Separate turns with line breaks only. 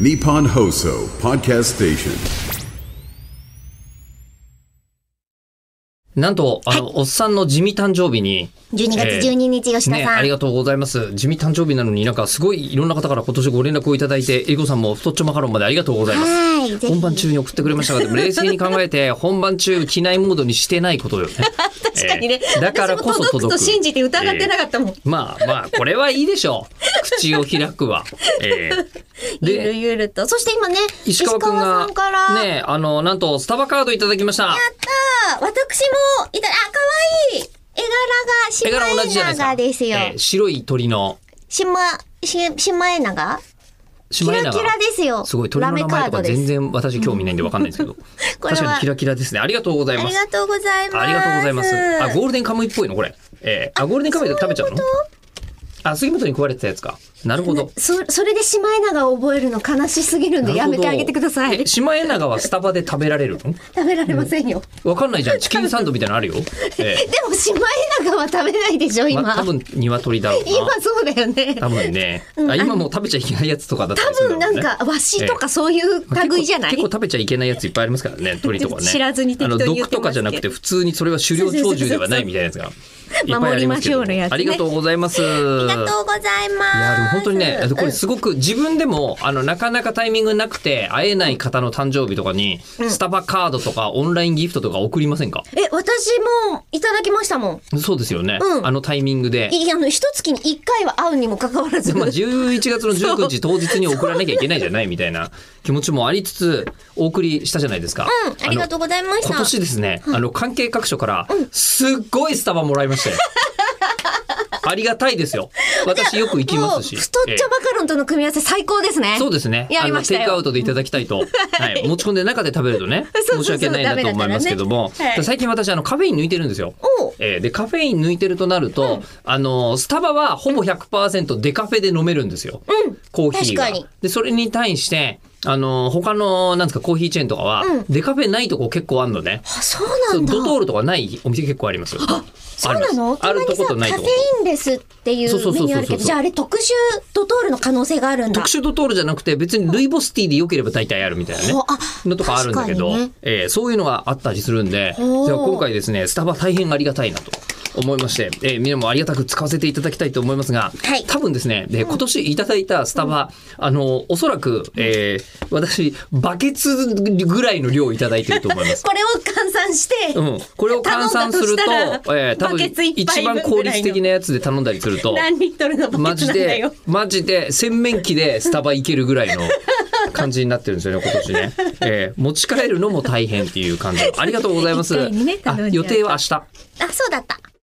Nippon Hoso Podcast Station.
なんと、あの、おっさんの地味誕生日に。
12月12日、吉田
ね、あ
さん、
りがとうございます。地味誕生日なのになんかすごいいろんな方から今年ご連絡をいただいて、えりこさんも太っちょマカロンまでありがとうございます。
はいぜひ
本番中に送ってくれましたが、で も冷静に考えて、本番中機内モードにしてないことよ ね。確
かにね
だからこそ
私
届
も
く。
届くと信じて疑ってなかったもん
えーまあまあ、これはいいでしょう。口を開くは。えー
ゆる
で、
ゆるとそして今ね
石川くん
さ
が
んから、、
ね、あの、なんとスタバカードいただきました。
あ私もいたあ可愛い絵
絵
柄が
柄同じ
シ
じゃ
マ
な
エ
い
ナガで
ですす
よ
か。えー白い鳥の。
シマしシマエナガ
シ
キ
マエ
ラ
ナガ
キラですよ
すごい鳥の名前とか全然私興味ないんでわかんないんですけど
これは
確かにキラキラですねありがとうござい
あ
ま
り
す
がとうございます
ありがとうございますあゴールデンカムイっぽいのこれえー、あゴールデンカムイで食べちゃうのあ杉本に食われてたやつかなるほど
そそれでシマエナガを覚えるの悲しすぎるん でやめてあげてください
えシマエナガはスタバで食べられるの
食べられませんよ、
わかん ないじゃんチキンサンドみたいなのあるよえ
でもシマエナガは食べないでしょ
ー、
今、
まあ、多分鶏だろうな
今そうだよね
多分ね、あ今もう食べちゃいけないやつとかだった
多
りする
分なん
だろうね
かわしとかそういう類じゃない、
結構食べちゃいけないやついっぱいありますからね鳥とかね
知らずに適当に言
あの
ってま
毒
すけど
とかじゃなくて普通にそれは狩猟鳥獣ではないみたいなやつがいっぱいありますけど
守りましょうのやつね
ありがとうございます
ありがとうございます
いやでも本当にねこれすごく自分でもあのなかなかタイミングなくて会えない方の誕生日とかにスタバカードとかオンラインギフトとか送りませんか
え私もいただきましたもん
そうですよね
うん
あのタイミングで
いあの一月に一回は会うにもかかわらず
まあ、11月の19日当日に送らなきゃいけないじゃないみたいな気持ちもありつつお送りしたじゃないですか。
うんありがとうございました
今年ですね、あの関係各所からすっごいスタバもらいましたよ。 ありがたいですよ。私よく行きますし。
もう太っちょマカロンとの組み合わせ最高ですね
そうですね。
やりました
あの
よ
テイクアウトでいただきたいと、はい、持ち込んで中で食べるとね、
そうそうそう
申し訳ないなと思いますけども、
ダメだからねはい
最近私あのカフェイン抜いてるんですよ。
おう
えーでカフェイン抜いてるとなると、あのスタバはほぼ100%デカフェで飲めるんですよ、コーヒーが
確かに
でそれに対してあの他のなんですかコーヒーチェーンとかは、デカフェないとこ結構あるのね
あそうなんだ
ドトールとかないお店結構ありますよ
そうなの
あ
た
りますある
ま
とこ
にさ
と
カフ
ない
ェ
と
イ
こ
ンレスってい
そうそう
う
そう
メ
そうそう
ニューあるけどじゃああれ特殊ドトールの可能性があるんだ
特殊ドトールじゃなくて別にルイボスティーで良ければ大体あるみたいなね
ほあ
のとかあるんだけど、
確かにね
えーそういうのがあったりするんでじゃあ
ほう
今回ですねスタバ大変ありがたいなと。思いまして、えー、皆もありがたく使わせていただきたいと思いますが、
はい
多分ですね、で今年いただいたスタバ、あのおそらく、えー私バケツぐらいの量をいただいてると思います。
これを換算して、
うん、これを換算すると
頼んだとしたら
えー多
バ
分
ケツ一
一
杯分
番効率的なやつで頼んだりすると
何リットルのバ
マジ
ケツなんだよ
でマジで洗面器でスタバ行けるぐらいの感じになってるんですよね今年ね、えー持ち帰るのも大変っていう感じありがとうございます、
一回にね
あ
頼んじゃ
予
う
定は明日
あそうだった